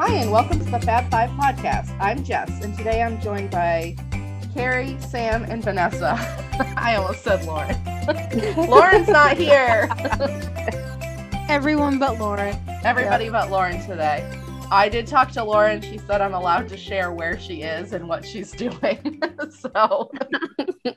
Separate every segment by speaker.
Speaker 1: Hi, and welcome to the Fab Five podcast. I'm Jess, and today I'm joined by Carrie, Sam, and Vanessa. I almost said Lauren. Lauren's not here.
Speaker 2: Everyone but Lauren.
Speaker 1: Everybody but Lauren today. I did talk to Lauren. She said I'm allowed to share where she is and what she's doing. so,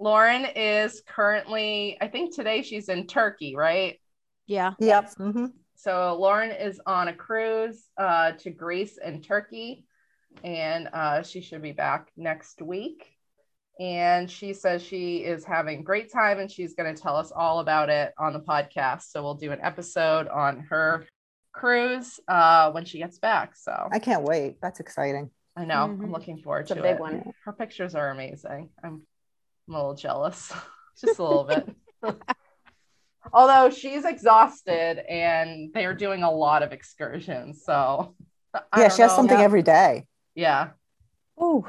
Speaker 1: Lauren is currently, I think today she's in Turkey, right?
Speaker 2: Yeah.
Speaker 3: Yep. hmm
Speaker 1: So Lauren is on a cruise uh, to Greece and Turkey, and uh, she should be back next week. And she says she is having great time, and she's going to tell us all about it on the podcast. So we'll do an episode on her cruise uh, when she gets back. So
Speaker 3: I can't wait. That's exciting.
Speaker 1: I know I'm
Speaker 2: Mhm.
Speaker 1: looking forward
Speaker 4: It's
Speaker 1: to
Speaker 4: a big
Speaker 1: it.
Speaker 4: one.
Speaker 1: Her pictures are amazing. I'm, I'm a little jealous, just a little bit. Although she's exhausted and they're doing a lot of excursions. So, I
Speaker 3: yeah,
Speaker 1: don't
Speaker 3: she has
Speaker 1: know.
Speaker 3: something
Speaker 2: Yeah.
Speaker 3: every day.
Speaker 1: Yeah.
Speaker 3: Oh,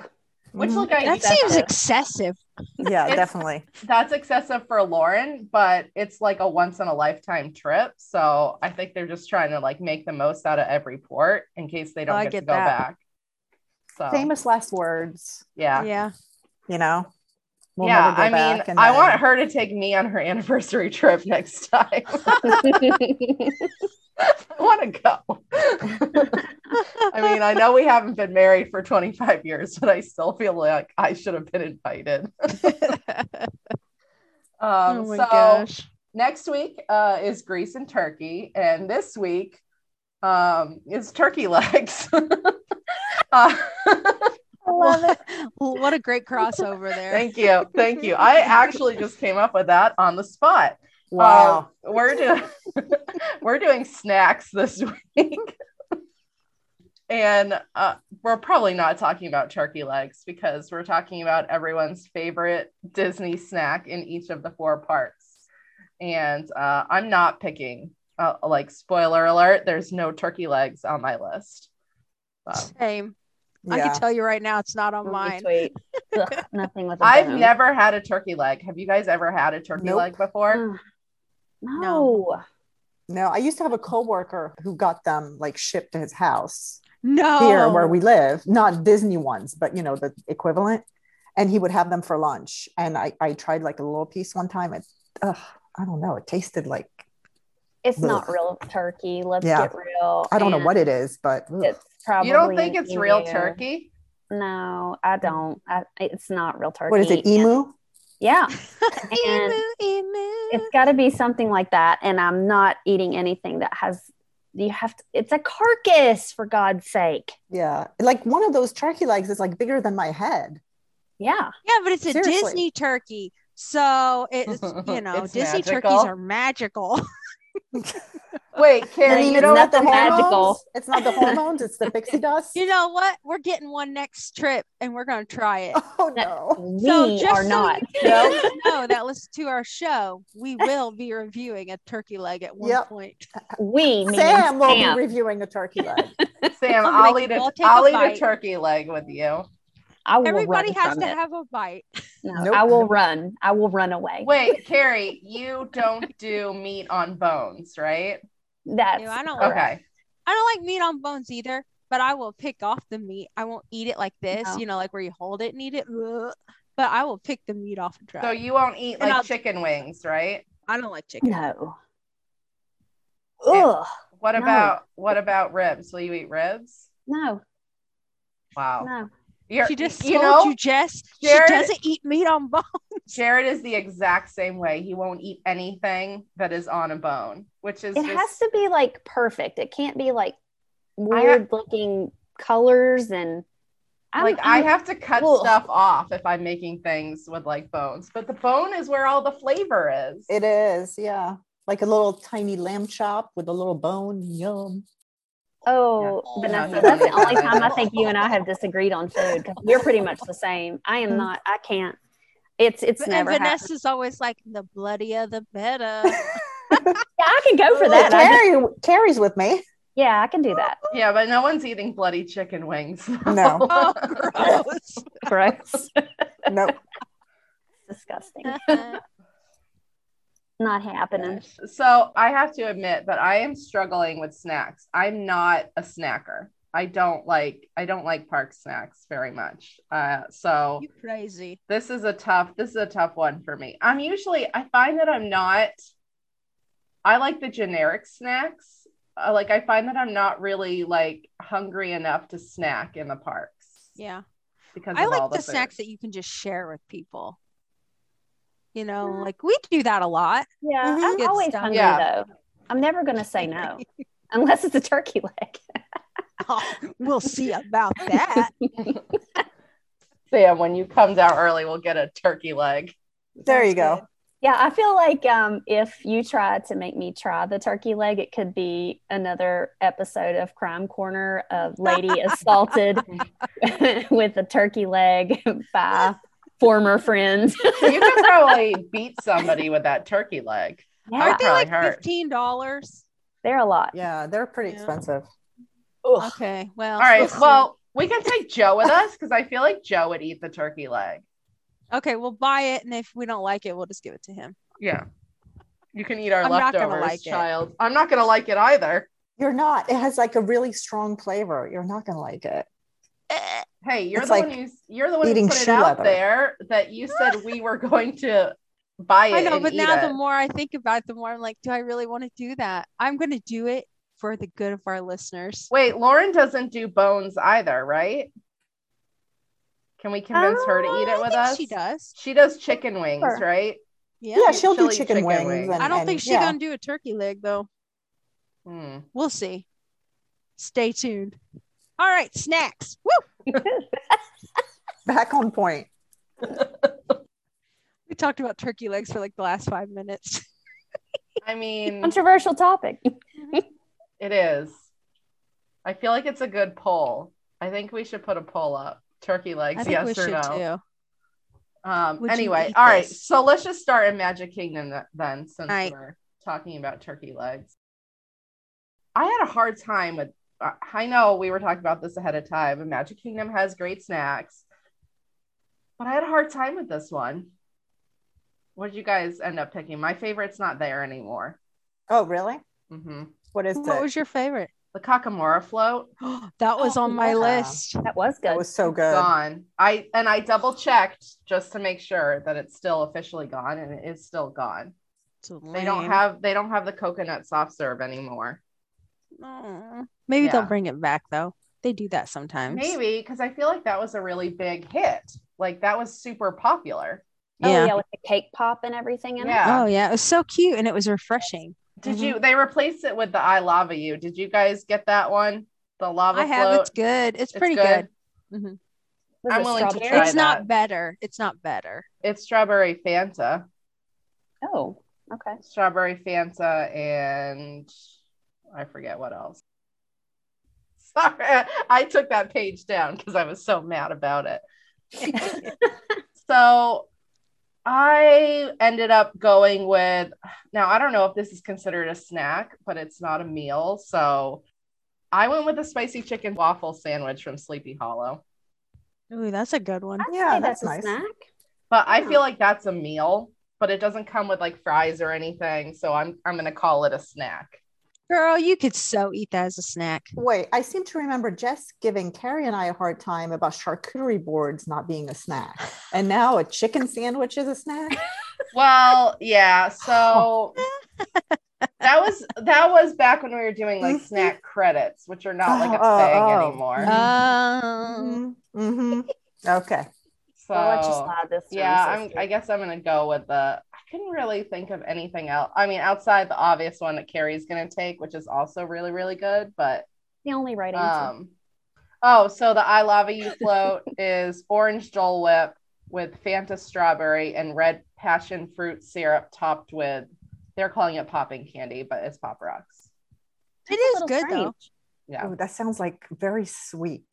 Speaker 1: Which, look, I
Speaker 2: That
Speaker 1: that's-
Speaker 2: seems excessive.
Speaker 3: yeah, definitely.
Speaker 1: that's excessive for Lauren, but it's like a once in a lifetime trip. So, I think they're just trying to like make the most out of every port in case they don't
Speaker 2: I
Speaker 1: get, to
Speaker 2: get
Speaker 1: go
Speaker 2: that.
Speaker 1: back. So,
Speaker 3: Famous last words.
Speaker 1: yeah.
Speaker 2: Yeah.
Speaker 3: You know.
Speaker 1: yeah,
Speaker 3: never go
Speaker 1: I mean,
Speaker 3: back, and
Speaker 1: I
Speaker 3: then-
Speaker 1: want her to take me on her anniversary trip next time. I want to go. I mean, I know we haven't been married for 25 years, but I still feel like I should have been invited. Um,
Speaker 2: oh my
Speaker 1: so
Speaker 2: gosh.
Speaker 1: next week uh, is Greece and Turkey, and this week um, is turkey legs. Uh,
Speaker 3: I love it.
Speaker 2: What, what a great crossover there.
Speaker 1: thank you, thank you. I actually just came up with that on the spot.
Speaker 3: Wow.
Speaker 1: Um, we're doing we're doing snacks this week. and uh, we're probably not talking about turkey legs because we're talking about everyone's favorite Disney snack in each of the four parts. And uh, I'm not picking uh, like spoiler alert, there's no turkey legs on my list. Um, So,
Speaker 2: Same. I
Speaker 3: yeah.
Speaker 2: can tell you right now, it's not on mine.
Speaker 4: Sweet. Ugh, nothing with. a
Speaker 1: I've
Speaker 4: venom.
Speaker 1: never had a turkey leg. Have you guys ever had a turkey
Speaker 3: Nope.
Speaker 1: leg before?
Speaker 4: Ugh. No.
Speaker 3: no, I used to have a coworker who got them like shipped to his house
Speaker 2: No.
Speaker 3: here
Speaker 1: Oh.
Speaker 3: where we live, not Disney ones, but you know, the equivalent. And he would have them for lunch. And I, I tried like a little piece one time. It, ugh, I don't know. It tasted like,
Speaker 4: It's
Speaker 3: Ugh.
Speaker 4: not real turkey. Let's
Speaker 3: Yeah.
Speaker 4: get real.
Speaker 3: I don't know
Speaker 4: And
Speaker 3: what it is, but ugh.
Speaker 4: It's probably.
Speaker 1: You don't think
Speaker 4: an
Speaker 1: it's real
Speaker 4: emu.
Speaker 1: turkey?
Speaker 4: No, I don't. I, it's not real turkey.
Speaker 3: what is it? Emu?
Speaker 4: Yeah,
Speaker 2: emu, emu.
Speaker 4: it's got to be something like that. And I'm not eating anything that has. You have to. It's a carcass, for God's sake.
Speaker 3: Yeah, like one of those turkey legs is like bigger than my head.
Speaker 4: Yeah.
Speaker 2: Yeah, but it's a
Speaker 3: Seriously.
Speaker 2: Disney turkey. So it's, you know,
Speaker 1: It's
Speaker 2: Disney
Speaker 1: magical.
Speaker 2: turkeys are magical.
Speaker 1: Wait,
Speaker 4: I
Speaker 1: Carrie,
Speaker 4: mean,
Speaker 1: you
Speaker 4: it's
Speaker 1: don't
Speaker 4: not
Speaker 3: the
Speaker 4: the magical.
Speaker 3: hormones. It's not the hormones. It's the pixie dust.
Speaker 2: You know what? We're getting one next trip and we're going to try it.
Speaker 3: Oh no!
Speaker 4: We
Speaker 2: So just
Speaker 4: are
Speaker 2: so
Speaker 4: not.
Speaker 2: you guys know that listen to our show, we will be reviewing a turkey leg at one
Speaker 3: Yep.
Speaker 2: point.
Speaker 4: We meaning
Speaker 3: Sam will
Speaker 4: Sam.
Speaker 3: be reviewing a turkey leg.
Speaker 1: Sam,
Speaker 2: I'll
Speaker 1: I'll
Speaker 2: make-
Speaker 1: eat a,
Speaker 2: I'll take a
Speaker 1: I'll eat a
Speaker 2: bite.
Speaker 1: turkey leg with you.
Speaker 4: I will
Speaker 2: Everybody
Speaker 4: run
Speaker 2: has
Speaker 4: from
Speaker 2: to
Speaker 4: it.
Speaker 2: have a bite.
Speaker 4: No,
Speaker 3: Nope.
Speaker 4: I will run. I will run away.
Speaker 1: Wait, Carrie, you don't do meat on bones, right?
Speaker 4: That's
Speaker 2: No, I don't
Speaker 4: correct.
Speaker 1: Okay.
Speaker 2: I don't like meat on bones either, but I will pick off the meat. I won't eat it like this,
Speaker 4: No.
Speaker 2: you know, like where you hold it and eat it. Ugh. But I will pick the meat off and try.
Speaker 1: So
Speaker 2: it.
Speaker 1: you won't eat
Speaker 2: And I'll-
Speaker 1: like chicken wings, right?
Speaker 2: I don't like chicken.
Speaker 4: No. Ugh.
Speaker 1: What
Speaker 4: No.
Speaker 1: about what about ribs? Will you eat ribs?
Speaker 4: No.
Speaker 1: Wow.
Speaker 4: No.
Speaker 1: You're,
Speaker 2: She just
Speaker 1: you
Speaker 2: told
Speaker 1: know,
Speaker 2: you, Jess.
Speaker 1: Jared-
Speaker 2: she doesn't eat meat on bones.
Speaker 1: Jared is the exact same way. He won't eat anything that is on a bone, which is
Speaker 4: It
Speaker 1: just
Speaker 4: has to be like perfect. It can't be like weird looking colors and I'm,
Speaker 1: like i
Speaker 4: I'm-
Speaker 1: have to cut
Speaker 4: Ugh.
Speaker 1: stuff off if I'm making things with like bones. But the bone is where all the flavor is.
Speaker 3: It is, yeah, like a little tiny lamb chop with a little bone. Yum.
Speaker 4: oh
Speaker 1: Yeah.
Speaker 4: Vanessa,
Speaker 1: No,
Speaker 4: that's the
Speaker 1: no, no,
Speaker 4: only
Speaker 1: no.
Speaker 4: time I think you and I have disagreed on food because you're pretty much the same. I am not. I can't. It's it's
Speaker 2: And
Speaker 4: never. happened.
Speaker 2: Vanessa's always like, the bloodier the better.
Speaker 4: Yeah, I can
Speaker 1: Oh,
Speaker 4: go for that. I just-
Speaker 3: Carrie, Carrie's with me.
Speaker 4: yeah, I can do that.
Speaker 1: Yeah, but no one's eating bloody chicken wings.
Speaker 3: No.
Speaker 2: oh, gross.
Speaker 4: Gross.
Speaker 3: No,
Speaker 4: Disgusting.
Speaker 2: Uh-uh.
Speaker 4: not happening.
Speaker 1: So I have to admit that I am struggling with snacks. I'm not a snacker. I don't like I don't like park snacks very much. Uh, so
Speaker 2: You crazy.
Speaker 1: this is a tough this is a tough one for me. I'm usually I find that I'm not. I like the generic snacks. Uh, like I find that I'm not really like hungry enough to snack in the parks.
Speaker 2: Yeah.
Speaker 1: Because
Speaker 2: I
Speaker 1: of all
Speaker 2: like
Speaker 1: the,
Speaker 2: the snacks
Speaker 1: food.
Speaker 2: that you can just share with people. You know,
Speaker 4: Yeah.
Speaker 2: like we do that a lot.
Speaker 4: Yeah,
Speaker 3: Mhm.
Speaker 4: I'm
Speaker 2: Good
Speaker 4: always
Speaker 2: stuff.
Speaker 4: hungry
Speaker 1: Yeah.
Speaker 4: though. I'm never gonna say no unless it's a turkey leg.
Speaker 2: we'll see about that.
Speaker 1: Sam, when you come down early, we'll get a turkey leg.
Speaker 3: There you
Speaker 2: Sounds
Speaker 3: go.
Speaker 4: Yeah, I feel like um, if you try to make me try the turkey leg, it could be another episode of Crime Corner of lady assaulted with a turkey leg by former friends.
Speaker 1: You could probably beat somebody with that turkey leg.
Speaker 2: good.
Speaker 4: Yeah,
Speaker 2: Aren't
Speaker 1: That
Speaker 2: they like
Speaker 1: probably hurt.
Speaker 2: fifteen dollars?
Speaker 4: they're a lot.
Speaker 3: Yeah, they're pretty
Speaker 2: Yeah.
Speaker 3: expensive.
Speaker 2: Okay. Well.
Speaker 1: All right.
Speaker 2: see.
Speaker 1: Well, we can take Joe with us because I feel like Joe would eat the turkey leg.
Speaker 2: Okay. We'll buy it, and if we don't like it, we'll just give it to him.
Speaker 1: Yeah. You can eat our
Speaker 2: I'm not gonna
Speaker 1: leftovers,
Speaker 2: like it.
Speaker 1: child. I'm not gonna like it either.
Speaker 3: You're not. It has like a really strong flavor. You're not gonna like it.
Speaker 1: Hey, you're
Speaker 3: It's
Speaker 1: the
Speaker 3: like
Speaker 1: one who's you're the one who
Speaker 3: eating
Speaker 1: put it
Speaker 3: shoe
Speaker 1: out
Speaker 3: leather.
Speaker 1: there that you said we were going to buy it.
Speaker 2: I know,
Speaker 1: and
Speaker 2: but
Speaker 1: eat
Speaker 2: now
Speaker 1: it.
Speaker 2: the more I think about it, the more I'm like, do I really want to do that? I'm going to do it for the good of our listeners.
Speaker 1: wait, Lauren doesn't do bones either, right? Can we convince her to eat
Speaker 2: Oh, I
Speaker 1: it with
Speaker 2: think
Speaker 1: us?
Speaker 2: She does.
Speaker 1: She does chicken wings,
Speaker 4: Sure.
Speaker 1: right?
Speaker 2: Yeah.
Speaker 3: Yeah, she'll do
Speaker 1: chili
Speaker 3: chicken,
Speaker 1: chicken
Speaker 3: wings.
Speaker 1: wings.
Speaker 3: And,
Speaker 2: I don't
Speaker 3: and-
Speaker 2: think she's
Speaker 3: yeah.
Speaker 2: going to do a turkey leg though.
Speaker 1: Hmm.
Speaker 2: We'll see. Stay tuned. All right, snacks. Woo!
Speaker 3: back on point.
Speaker 2: We talked about turkey legs for like the last five minutes.
Speaker 1: I mean,
Speaker 4: Controversial topic.
Speaker 1: It is. I feel like it's a good poll. I think we should put a poll up. Turkey legs,
Speaker 2: I think we
Speaker 1: yes or
Speaker 2: should
Speaker 1: no.
Speaker 2: too.
Speaker 1: Um,
Speaker 2: Would you
Speaker 1: anyway,
Speaker 2: eat
Speaker 1: all right.
Speaker 2: this?
Speaker 1: So let's just start in Magic Kingdom th- then, since
Speaker 2: Right.
Speaker 1: we're talking about turkey legs. I had a hard time with. uh, I know we were talking about this ahead of time, and Magic Kingdom has great snacks, but I had a hard time with this one. What did you guys end up picking? My favorite's not there anymore.
Speaker 3: Oh, really?
Speaker 1: hmm
Speaker 3: What is
Speaker 2: What
Speaker 3: it?
Speaker 2: was your favorite?
Speaker 1: The Kakamora float.
Speaker 2: that was
Speaker 3: Oh,
Speaker 2: on my
Speaker 3: yeah.
Speaker 2: list.
Speaker 4: That was good.
Speaker 3: that was so good.
Speaker 1: gone. I and I double checked just to make sure that it's still officially gone, and it is still gone. They don't have they don't have the coconut soft serve anymore.
Speaker 2: Aw. Maybe they'll
Speaker 1: Yeah.
Speaker 2: bring it back though. They do that sometimes.
Speaker 1: Maybe because I feel like that was a really big hit. Like that was super popular.
Speaker 4: oh
Speaker 2: yeah.
Speaker 4: yeah. with the cake pop and everything in
Speaker 1: Yeah.
Speaker 4: it.
Speaker 2: Oh yeah, it was so cute and it was refreshing.
Speaker 1: Did you? They replaced it with the I lava you. Did you guys get that one? The lava
Speaker 2: I have.
Speaker 1: float.
Speaker 2: It's good. It's
Speaker 1: It's
Speaker 2: pretty
Speaker 1: good?
Speaker 2: good. Mhm.
Speaker 4: Was
Speaker 1: I'm
Speaker 4: it
Speaker 1: willing to
Speaker 4: strawberry?
Speaker 1: try
Speaker 2: It's not
Speaker 1: that.
Speaker 2: better. It's not better.
Speaker 1: It's strawberry Fanta,
Speaker 4: Oh, okay.
Speaker 1: strawberry Fanta, and I forget what else. Sorry, I took that page down because I was so mad about it. so I ended up going with now I don't know if this is considered a snack, but it's not a meal. So I went with a spicy chicken waffle sandwich from Sleepy Hollow.
Speaker 2: Ooh, that's a good one.
Speaker 4: I'd
Speaker 3: Yeah,
Speaker 4: say
Speaker 3: that's
Speaker 4: that's, a
Speaker 3: nice.
Speaker 4: snack.
Speaker 1: But I feel like that's a meal, but it doesn't come with like fries or anything. So I'm I'm gonna call it a snack.
Speaker 2: Girl, you could so eat that as a snack.
Speaker 3: Wait, I seem to remember Jess giving Carrie and I a hard time about charcuterie boards not being a snack. And now a chicken sandwich is a snack.
Speaker 1: Well, yeah, so that was that was back when we were doing like
Speaker 3: Mhm.
Speaker 1: snack credits, which are not like a
Speaker 3: Oh,
Speaker 1: thing
Speaker 3: oh, oh.
Speaker 2: Mm-hmm.
Speaker 1: anymore.
Speaker 3: Mhm.
Speaker 2: Um,
Speaker 3: Mhm,
Speaker 4: Mm-hmm.
Speaker 3: mhm. Okay.
Speaker 1: So
Speaker 4: I'll let you slide this one,
Speaker 1: yeah I'm,
Speaker 4: sister.
Speaker 1: i guess i'm gonna go with the i couldn't really think of anything else i mean outside the obvious one that carrie's gonna take which is also really really good but
Speaker 4: the only right answer.
Speaker 1: um oh so the i lava you float is orange dole whip with fanta strawberry and red passion fruit syrup topped with they're calling it popping candy but it's pop rocks
Speaker 2: it
Speaker 4: That's a
Speaker 2: is
Speaker 4: little
Speaker 2: good though.
Speaker 4: strange.
Speaker 1: yeah
Speaker 3: Ooh, that sounds like very sweet.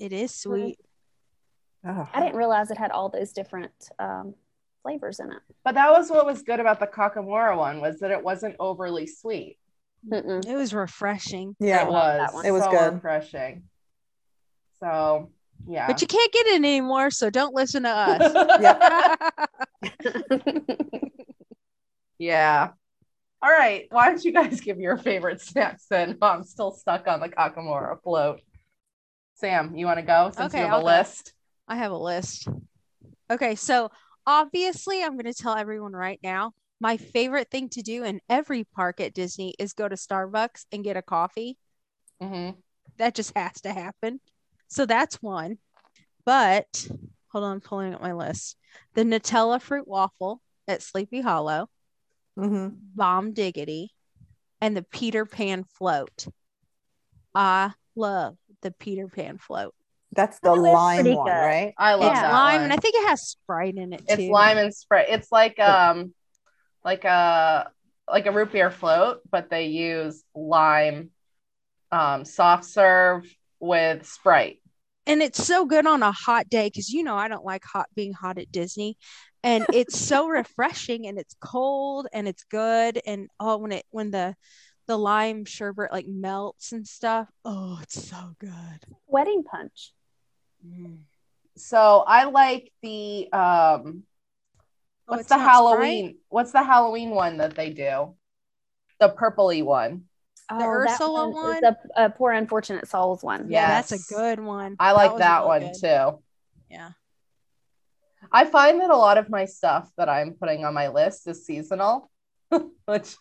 Speaker 2: It is sweet.
Speaker 3: Ugh.
Speaker 4: I didn't realize it had all those different um, flavors in it.
Speaker 1: but that was what was good about the kakamura one was that it wasn't overly sweet
Speaker 4: Mm-mm.
Speaker 2: It was refreshing.
Speaker 1: it
Speaker 3: Yeah.
Speaker 1: was
Speaker 4: that one.
Speaker 3: It was
Speaker 1: so
Speaker 3: good.
Speaker 1: refreshing so yeah
Speaker 2: But you can't get it anymore, so don't listen to us.
Speaker 3: Yep.
Speaker 1: yeah. Yeah. All right. Why don't you guys give your favorite snacks then? I'm still stuck on the Kakamora float. Sam, you want to go since
Speaker 2: Okay,
Speaker 1: you have
Speaker 2: I'll
Speaker 1: a
Speaker 2: go.
Speaker 1: list?
Speaker 2: I have a list. Okay, so obviously, I'm going to tell everyone right now my favorite thing to do in every park at Disney is go to Starbucks and get a coffee.
Speaker 1: hmm
Speaker 2: That just has to happen. So that's one. But hold on, I'm pulling up my list. The Nutella fruit waffle at Sleepy Hollow,
Speaker 3: Mhm.
Speaker 2: Bomb Diggity, and the Peter Pan float. I love the Peter Pan float.
Speaker 3: That's the
Speaker 4: Oh, that's
Speaker 3: lime
Speaker 4: pretty
Speaker 3: one,
Speaker 4: good.
Speaker 3: right?
Speaker 1: I love
Speaker 2: it's
Speaker 1: that
Speaker 2: lime,
Speaker 1: one.
Speaker 2: and I think it has Sprite in it
Speaker 1: it's
Speaker 2: too.
Speaker 1: lime and spread. It's like
Speaker 3: Yeah.
Speaker 1: um, like a like a root beer float, but they use lime, um, soft serve with Sprite.
Speaker 2: and it's so good on a hot day because you know I don't like hot being hot at Disney, and it's so refreshing and it's cold and it's good and oh when it when the the lime sherbet like melts and stuff oh it's so good.
Speaker 4: Wedding punch.
Speaker 2: Mm.
Speaker 1: So I like the um,
Speaker 2: Oh,
Speaker 1: what's
Speaker 2: it's
Speaker 1: the
Speaker 2: not Sprite?
Speaker 1: Halloween? What's the Halloween one that they do? The purpley one.
Speaker 4: that
Speaker 2: Ursula
Speaker 4: one?
Speaker 2: one?
Speaker 4: is The uh, poor unfortunate souls one.
Speaker 2: Yeah,
Speaker 1: Yes.
Speaker 2: that's a good one.
Speaker 1: I like
Speaker 2: was
Speaker 1: that
Speaker 2: really
Speaker 1: one
Speaker 2: good.
Speaker 1: too.
Speaker 2: Yeah.
Speaker 1: I find that a lot of my stuff that I'm putting on my list is seasonal, which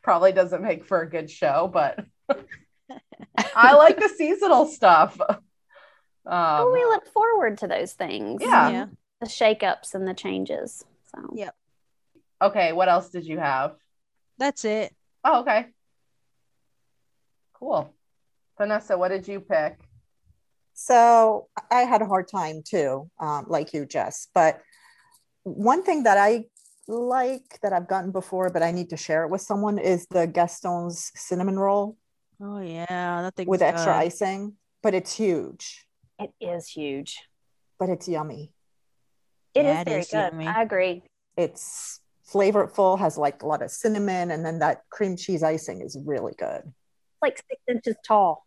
Speaker 1: probably doesn't make for a good show, but I like the seasonal stuff.
Speaker 2: Oh,
Speaker 4: Well, Oh, we
Speaker 1: Um,
Speaker 4: look forward to those things.
Speaker 1: Yeah.
Speaker 2: yeah.
Speaker 4: The shakeups and the changes. So
Speaker 2: Yeah.
Speaker 1: okay, what else did you have?
Speaker 2: That's it.
Speaker 1: Oh, okay. Cool. Vanessa, what did you pick?
Speaker 3: So I had a hard time too, um, like you, Jess. But one thing that I like that I've gotten before, but I need to share it with someone is the Gaston's cinnamon roll
Speaker 2: Oh yeah, that thing
Speaker 3: with
Speaker 2: was
Speaker 3: extra
Speaker 2: good.
Speaker 3: icing, but it's huge,
Speaker 4: it is huge.
Speaker 3: but it's yummy.
Speaker 4: It is
Speaker 2: Yeah, it
Speaker 4: very
Speaker 2: is
Speaker 4: good.
Speaker 2: yummy.
Speaker 4: I agree.
Speaker 3: It's flavorful, has like a lot of cinnamon, and then that cream cheese icing is really good.
Speaker 4: Like six inches tall.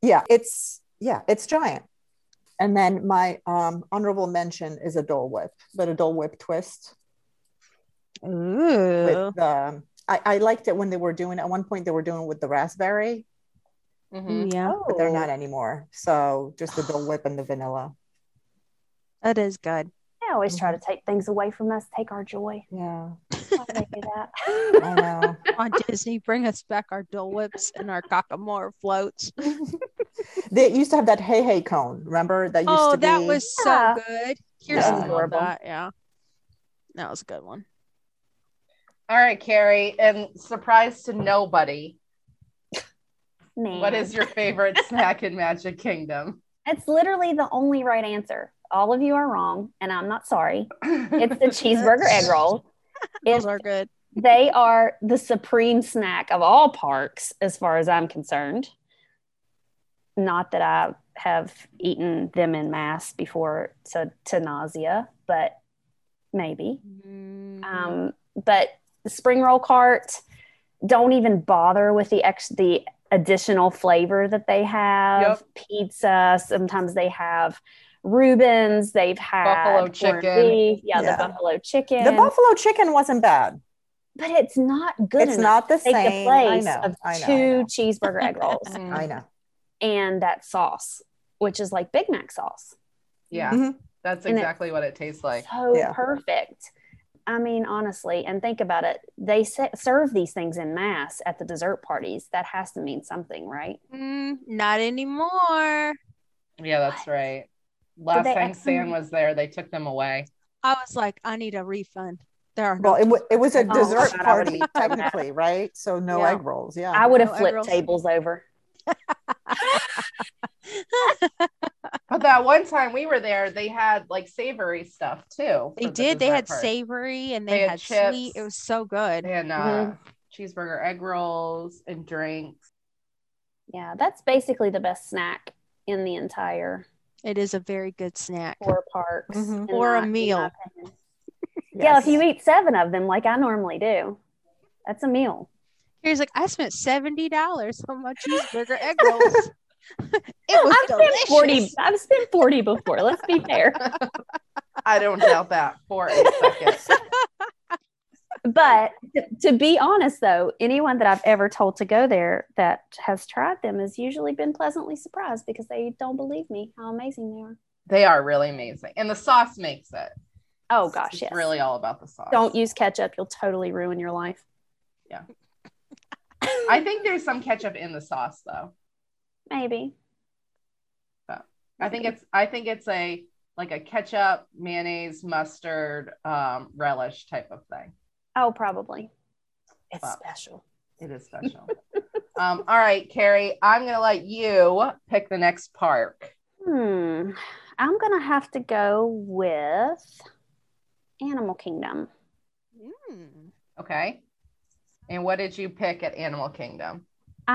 Speaker 3: Yeah, it's yeah, it's giant. And then my um, honorable mention is a Dole Whip, but a Dole Whip twist.
Speaker 2: Ooh,
Speaker 3: with the I, I liked it when they were doing at one point they were doing with the raspberry,
Speaker 1: Mhm.
Speaker 2: Ooh, Mm, yeah,
Speaker 3: but they're not anymore. So just the Dole Whip and the vanilla.
Speaker 2: that is good.
Speaker 4: I Oh, always try
Speaker 2: Mm-hmm.
Speaker 4: to take things away from us, take our joy.
Speaker 3: Yeah.
Speaker 4: Why do they do
Speaker 3: I
Speaker 4: that?
Speaker 3: know.
Speaker 2: on Disney, bring us back our Dole Whips and our Kakamora floats.
Speaker 3: they used to have that hey hey cone, remember? That used
Speaker 2: Oh,
Speaker 3: to be
Speaker 2: that was so
Speaker 4: Yeah.
Speaker 2: good.
Speaker 3: That
Speaker 2: Kirsten
Speaker 3: was
Speaker 2: loved
Speaker 4: adorable.
Speaker 2: that. Yeah. That was a good one.
Speaker 1: All right, Carrie, and surprise to nobody,
Speaker 4: Man.
Speaker 1: what is your favorite snack in Magic Kingdom?
Speaker 4: It's literally the only right answer. All of you are wrong, and I'm not sorry. It's the cheeseburger egg roll.
Speaker 2: Those
Speaker 4: It's
Speaker 2: are good.
Speaker 4: they are the supreme snack of all parks as far as i'm concerned not that i have eaten them in mass before to, to nausea but maybe um, but the spring roll cart don't even bother with the ex- the additional flavor that they have pizza sometimes they have Rubens, they've had
Speaker 1: Buffalo
Speaker 4: corned
Speaker 1: chicken.
Speaker 4: beef. Yeah,
Speaker 3: Yeah.
Speaker 4: the buffalo chicken
Speaker 3: the buffalo chicken wasn't bad.
Speaker 4: but it's not good
Speaker 3: it's not
Speaker 4: enough
Speaker 3: the
Speaker 4: to take
Speaker 3: same.
Speaker 4: the place
Speaker 3: I know.
Speaker 4: of
Speaker 3: I know.
Speaker 4: two
Speaker 3: I know.
Speaker 4: cheeseburger egg rolls
Speaker 1: Mm,
Speaker 3: I know.
Speaker 4: and that sauce, which is like Big Mac sauce.
Speaker 1: yeah,
Speaker 2: Mm-hmm.
Speaker 3: Mhm.
Speaker 1: that's
Speaker 4: And it-
Speaker 1: exactly what it tastes like.
Speaker 4: so
Speaker 3: Yeah.
Speaker 4: perfect. I mean, honestly, and think about it. They se- serve these things in mass at the dessert parties. That has to mean something, right?
Speaker 2: Mm, not anymore.
Speaker 1: Yeah, that's right. Last
Speaker 4: they
Speaker 1: time
Speaker 4: ask
Speaker 1: Sam
Speaker 4: them-
Speaker 1: was there, they took them away.
Speaker 2: I was like, I need a refund. There are no
Speaker 3: Well, it, w- it was a
Speaker 2: Oh,
Speaker 3: dessert
Speaker 4: God, I would've
Speaker 3: party,
Speaker 4: eaten that.
Speaker 3: technically, right? So no
Speaker 2: Yeah.
Speaker 3: egg rolls. Yeah.
Speaker 4: I would have
Speaker 2: No egg
Speaker 4: flipped
Speaker 2: rolls.
Speaker 4: tables over.
Speaker 1: But that one time we were there, they had like savory stuff too.
Speaker 2: they
Speaker 1: for the
Speaker 2: did. They
Speaker 1: dessert
Speaker 2: had
Speaker 1: part.
Speaker 2: savory and
Speaker 1: They
Speaker 2: they,
Speaker 1: had
Speaker 2: had, sweet. It
Speaker 1: chips.
Speaker 2: was so good.
Speaker 1: They had uh,
Speaker 2: Mm-hmm.
Speaker 4: Mhm.
Speaker 1: cheeseburger egg rolls and drinks.
Speaker 4: Yeah, that's basically the best snack in the entire
Speaker 2: It is a very good snack.
Speaker 4: four parks.
Speaker 3: Mhm.
Speaker 4: in
Speaker 2: Or a
Speaker 4: my- in my
Speaker 2: meal.
Speaker 4: opinion. Yeah,
Speaker 3: Yes.
Speaker 4: if you eat seven of them like I normally do, that's a meal.
Speaker 2: Here's like, I spent seventy dollars on my cheeseburger egg rolls. it was delicious.
Speaker 4: Forty. I've spent forty before. Let's be fair.
Speaker 1: I don't doubt that for a second.
Speaker 4: but to, to be honest though anyone that i've ever told to go there that has tried them has usually been pleasantly surprised because they don't believe me how amazing they are
Speaker 1: They are really amazing. And the sauce makes it.
Speaker 4: oh
Speaker 1: It's-
Speaker 4: gosh
Speaker 1: it's
Speaker 4: yes
Speaker 1: Really all about the sauce.
Speaker 4: don't use ketchup you'll totally ruin your life
Speaker 1: Yeah. I think there's some ketchup in the sauce though.
Speaker 4: maybe
Speaker 1: I think it's I think it's a like a ketchup, mayonnaise, mustard, um, relish type of thing.
Speaker 4: oh probably it's
Speaker 1: Wow.
Speaker 4: special
Speaker 1: It is special. um, all right, Carrie, I'm gonna let you pick the next park.
Speaker 4: hmm i'm gonna have to go with animal kingdom
Speaker 2: Mm.
Speaker 1: Okay. And what did you pick at Animal Kingdom?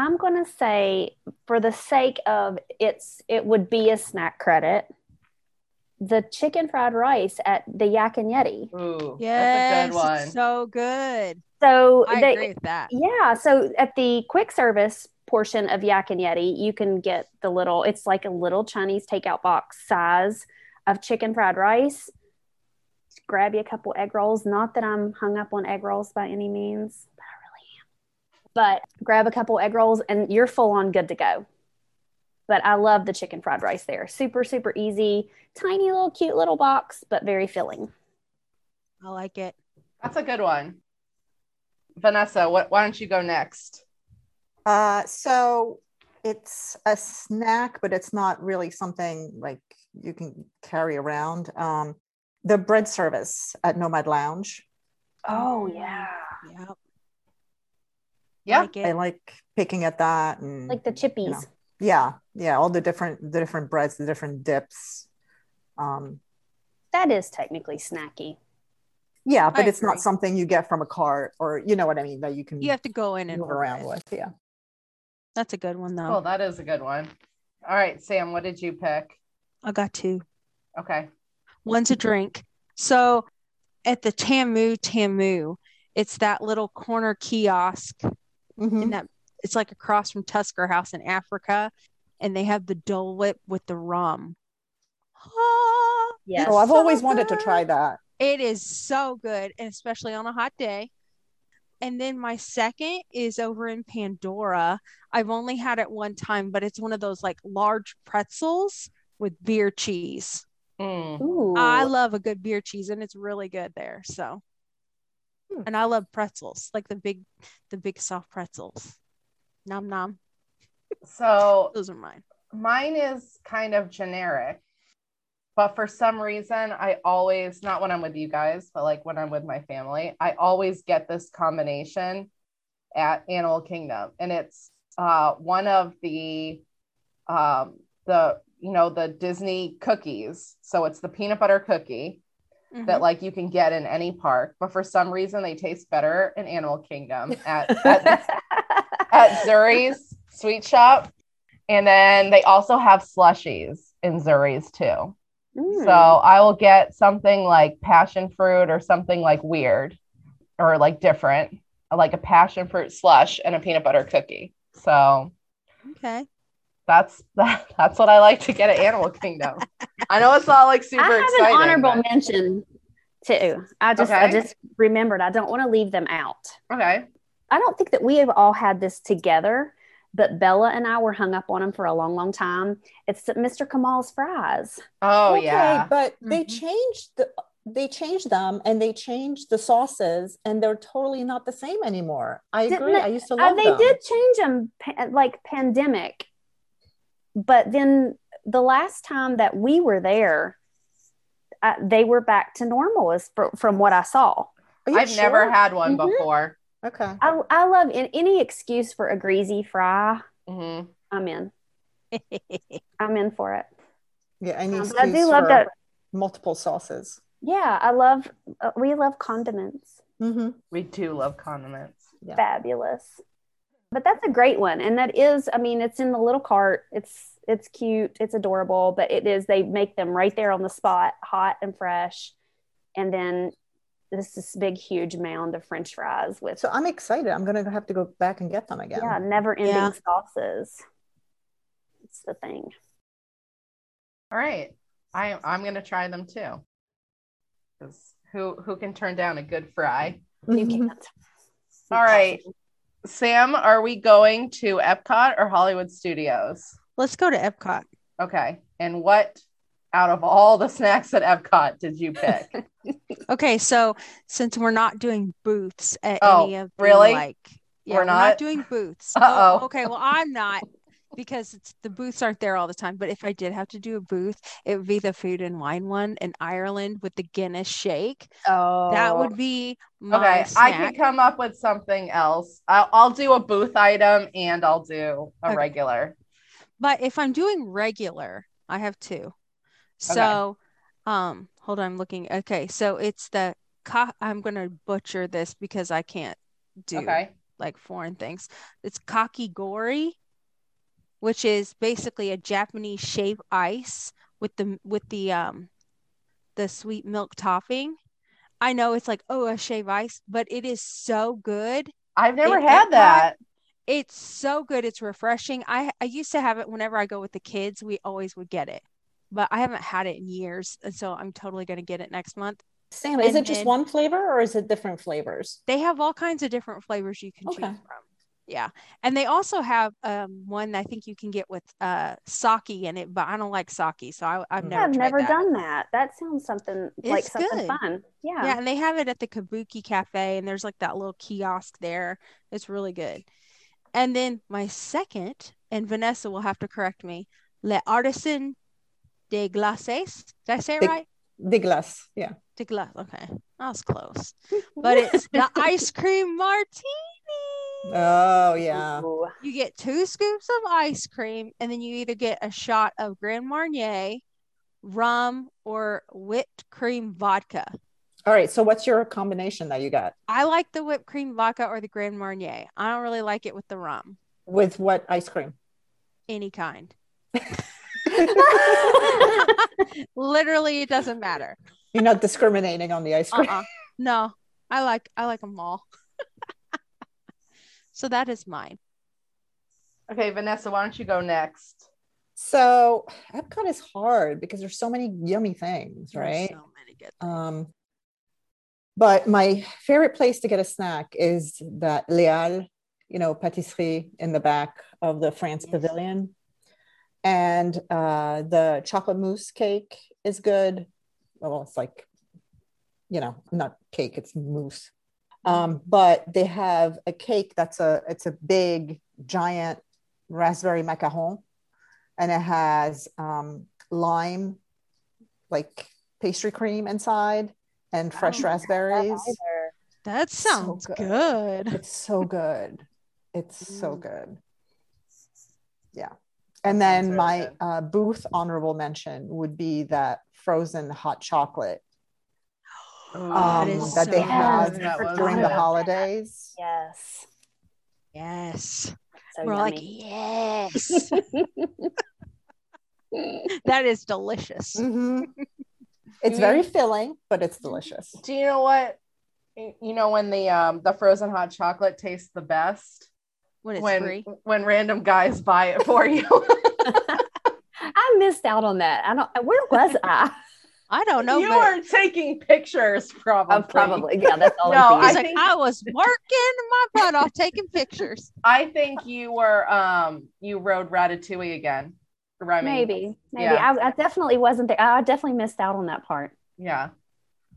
Speaker 4: i'm gonna say for the sake of it's it would be a snack credit the chicken fried rice at the yak and yeti
Speaker 1: Ooh, that's a
Speaker 2: Yes,
Speaker 1: good one.
Speaker 2: it's so good.
Speaker 4: so
Speaker 2: I
Speaker 4: they,
Speaker 2: agree with that.
Speaker 4: Yeah. So at the quick service portion of Yak and Yeti, you can get the little, it's like a little Chinese takeout box size of chicken fried rice. Grab you a couple egg rolls. Not that I'm hung up on egg rolls by any means, but I really am. But grab a couple egg rolls and you're full on good to go. But I love the chicken fried rice there. Super, super easy. Tiny little cute little box, but very filling.
Speaker 2: I like it.
Speaker 1: that's a good one. Vanessa, what, why don't you go next?
Speaker 3: Uh, so it's a snack, but it's not really something like you can carry around. Um, the bread service at Nomad Lounge.
Speaker 4: Oh, yeah.
Speaker 2: Yeah.
Speaker 1: Yeah.
Speaker 2: Like
Speaker 3: I
Speaker 2: it.
Speaker 3: like picking at that and
Speaker 4: Like the chippies.
Speaker 3: know. Mm-hmm. yeah, yeah, all the different the different breads, the different dips. Um,
Speaker 4: That is technically snacky.
Speaker 3: yeah, but
Speaker 2: I
Speaker 3: it's
Speaker 2: agree.
Speaker 3: not something you get from a cart or you know what I mean that you can
Speaker 2: You have to go in and
Speaker 3: move
Speaker 2: order
Speaker 3: around
Speaker 2: it.
Speaker 3: with. Yeah.
Speaker 2: That's a good one though.
Speaker 1: Cool, that is a good one. All right, Sam, what did you pick?
Speaker 2: I got two.
Speaker 1: Okay.
Speaker 2: One's a drink. So at the Tamu Tamu, it's that little corner kiosk
Speaker 3: Mhm.
Speaker 2: in that it's like across from Tusker House in Africa, and they have the Dole Whip with the rum. Ah,
Speaker 4: Yes.
Speaker 3: Oh, I've
Speaker 2: So
Speaker 3: always wanted to try
Speaker 2: good.
Speaker 3: that.
Speaker 2: it is so good, and especially on a hot day. And then my second is over in Pandora. I've only had it one time, but it's one of those like large pretzels with beer cheese. Hmm.
Speaker 1: Mm.
Speaker 4: Ooh.
Speaker 2: I love a good beer cheese, and it's really good there. So,
Speaker 3: Hmm.
Speaker 2: and I love pretzels, like the big, the big soft pretzels. Nom nom.
Speaker 1: So
Speaker 2: Those are mine.
Speaker 1: mine is kind of generic but for some reason i always not when i'm with you guys but like when i'm with my family i always get this combination at animal kingdom and it's uh, one of the um, the you know the disney cookies so it's the peanut butter cookie
Speaker 2: Mhm.
Speaker 1: that
Speaker 4: Mm-hmm.
Speaker 1: like you can get in any park but for some reason they taste better in animal kingdom at, at at Zuri's sweet shop. And then they also have slushies in Zuri's too. So
Speaker 4: Mm.
Speaker 1: I will get something like passion fruit or something like weird or like different, like a passion fruit slush and a peanut butter cookie. So
Speaker 2: Okay.
Speaker 1: that's that's what I like to get at Animal Kingdom. I know it's not like super
Speaker 4: I have
Speaker 1: exciting.
Speaker 4: an honorable
Speaker 1: but-
Speaker 4: mention too. I just I
Speaker 1: Okay.
Speaker 4: just remembered I don't want to leave them out.
Speaker 1: okay.
Speaker 4: I don't think that we have all had this together, but Bella and I were hung up on them for a long, long time. It's Mr. Kamal's fries.
Speaker 1: Oh
Speaker 3: okay,
Speaker 1: yeah.
Speaker 3: but they
Speaker 2: Mhm.
Speaker 3: changed the they changed them and they changed the sauces and they're totally not the same anymore. I
Speaker 4: Didn't
Speaker 3: agree.
Speaker 4: they-
Speaker 3: I used to
Speaker 4: Uh,
Speaker 3: love
Speaker 4: they
Speaker 3: them.
Speaker 4: did change them pa- like pandemic, but then the last time that we were there, uh, they were back to normal as fr- from what I saw.
Speaker 3: Are you
Speaker 1: I've never
Speaker 3: sure? Mm-hmm.
Speaker 1: had one
Speaker 4: Mhm.
Speaker 1: before.
Speaker 3: Okay.
Speaker 4: I, I love an- any excuse for a greasy fry.
Speaker 1: hmm
Speaker 4: I'm in. I'm in for it.
Speaker 3: Yeah, I need
Speaker 4: Um, I do love that.
Speaker 3: multiple sauces.
Speaker 4: Yeah, I love. Uh, we love condiments.
Speaker 3: Mm-hmm.
Speaker 1: We do love condiments.
Speaker 3: Yeah.
Speaker 4: Fabulous. But that's a great one, and that is. I mean, it's in the little cart. It's it's cute. It's adorable. But it is. They make them right there on the spot, hot and fresh, and then this this big huge mound of French fries with
Speaker 3: So I'm excited. I'm gonna have to go back and get them again.
Speaker 4: yeah, never ending
Speaker 2: Yeah.
Speaker 4: sauces. It's the thing.
Speaker 1: All right. I I'm gonna try them too. 'Cause who who can turn down a good fry?
Speaker 3: Mm-hmm.
Speaker 4: You can't.
Speaker 1: All right. Sam, are we going to Epcot or Hollywood Studios?
Speaker 2: Let's go to Epcot.
Speaker 1: Okay. And what out of all the snacks at Epcot did you pick?
Speaker 2: Okay, so since we're not doing booths at
Speaker 1: Oh,
Speaker 2: any of the,
Speaker 1: really?
Speaker 2: like yeah,
Speaker 1: We're
Speaker 2: we're, not?
Speaker 1: not?
Speaker 2: doing booths. Oh,
Speaker 1: Uh-oh.
Speaker 2: okay, well I'm not because it's the booths aren't there all the time. But if I did have to do a booth, it would be the food and wine one in Ireland with the Guinness shake.
Speaker 1: oh,
Speaker 2: That would be my
Speaker 1: okay. I can
Speaker 2: snack.
Speaker 1: come up with something else. I'll, I'll do a booth item and I'll do a
Speaker 2: Okay.
Speaker 1: regular.
Speaker 2: But if I'm doing regular, I have two. So, um, hold on, I'm looking. Okay, so it's the co- I'm gonna butcher this because I can't do
Speaker 1: Okay.
Speaker 2: like foreign things. It's kakigori, which is basically a Japanese shaved ice with the with the um the sweet milk topping. I know it's like, oh, a shave ice, but it is so good.
Speaker 1: I've never
Speaker 2: In
Speaker 1: had
Speaker 2: Epcot?
Speaker 1: that.
Speaker 2: It's so good. It's refreshing. I I used to have it whenever I go with the kids. We always would get it, but I haven't had it in years, and so I'm totally gonna get it next month.
Speaker 3: Sam, is
Speaker 2: And
Speaker 3: it just
Speaker 2: then-
Speaker 3: one flavor or is it different flavors?
Speaker 2: They have all kinds of different flavors you can
Speaker 3: Okay.
Speaker 2: choose from. Yeah. And they also have um, one I think you can get with uh, sake in it, but I don't like sake. So I, I've
Speaker 3: Mm.
Speaker 2: never
Speaker 4: I've
Speaker 2: tried
Speaker 4: never
Speaker 2: that.
Speaker 4: done that. That sounds something like
Speaker 2: It's good.
Speaker 4: something fun. Yeah.
Speaker 2: Yeah. And they have it at the Kabuki Cafe, and there's like that little kiosk there. It's really good. And then my second, and Vanessa will have to correct me, Le Artisan de Glaces. Did I say it
Speaker 3: The-
Speaker 2: right?
Speaker 3: The glass, yeah.
Speaker 2: De Glace. Okay. I was close. But it's the ice cream martini.
Speaker 3: Oh yeah.
Speaker 4: Ooh.
Speaker 2: You get two scoops of ice cream, and then you either get a shot of Grand Marnier, rum, or whipped cream vodka.
Speaker 3: All right. So what's your combination that you got
Speaker 2: I like the whipped cream vodka or the Grand Marnier. I don't really like it with the rum,
Speaker 3: with what ice cream?
Speaker 2: any kind. Literally, it doesn't matter.
Speaker 3: You're not discriminating on the ice cream.
Speaker 2: Uh-uh. No, I like I like them all. so that is mine.
Speaker 1: Okay, Vanessa, why don't you go next?
Speaker 3: So Epcot is hard because there's so many yummy things,
Speaker 2: There's
Speaker 3: right?
Speaker 2: So many good.
Speaker 3: Um, but my favorite place to get a snack is that Leal, you know, patisserie in the back of the France
Speaker 2: Yes.
Speaker 3: Pavilion. And uh, the chocolate mousse cake is good. Well, it's like, you know, not cake, it's mousse. Um, but they have a cake that's a it's a big giant raspberry macaron and it has um, lime like pastry cream inside and
Speaker 1: Oh,
Speaker 3: fresh
Speaker 4: haven't
Speaker 3: raspberries.
Speaker 2: That
Speaker 3: So
Speaker 2: sounds
Speaker 3: good.
Speaker 2: good.
Speaker 3: It's so good. It's so
Speaker 1: Mm.
Speaker 3: good. Yeah. And
Speaker 1: That sounds
Speaker 3: then
Speaker 1: really
Speaker 3: my
Speaker 1: good.
Speaker 3: uh, booth honorable mention would be that frozen hot chocolate
Speaker 2: That
Speaker 3: um, that,
Speaker 2: is
Speaker 3: they
Speaker 2: so
Speaker 3: have
Speaker 4: good.
Speaker 1: That was
Speaker 3: during the
Speaker 1: good.
Speaker 3: holidays.
Speaker 4: Yes.
Speaker 2: Yes.
Speaker 4: So
Speaker 2: We're like,
Speaker 4: yummy.
Speaker 2: yes. that is delicious.
Speaker 3: Mhm. It's
Speaker 1: mean-
Speaker 3: very filling, but it's delicious.
Speaker 1: Do you know what? You you know when the um the frozen hot chocolate tastes the best
Speaker 2: When it's
Speaker 1: when
Speaker 2: free.
Speaker 1: when random guys buy it for you.
Speaker 4: Oh, I missed out on that. I don't. Where was I?
Speaker 2: I don't know,
Speaker 1: you
Speaker 2: but
Speaker 1: are taking pictures, probably.
Speaker 4: Oh, probably. Yeah, that's all.
Speaker 1: No,
Speaker 4: I,
Speaker 2: he's
Speaker 1: I
Speaker 2: like,
Speaker 1: think-
Speaker 2: I was working my butt off taking pictures.
Speaker 1: I think you were um you rode Ratatouille again. Remy.
Speaker 4: maybe, maybe.
Speaker 1: Yeah.
Speaker 4: I, I definitely wasn't there. I definitely missed out on that part.
Speaker 1: Yeah.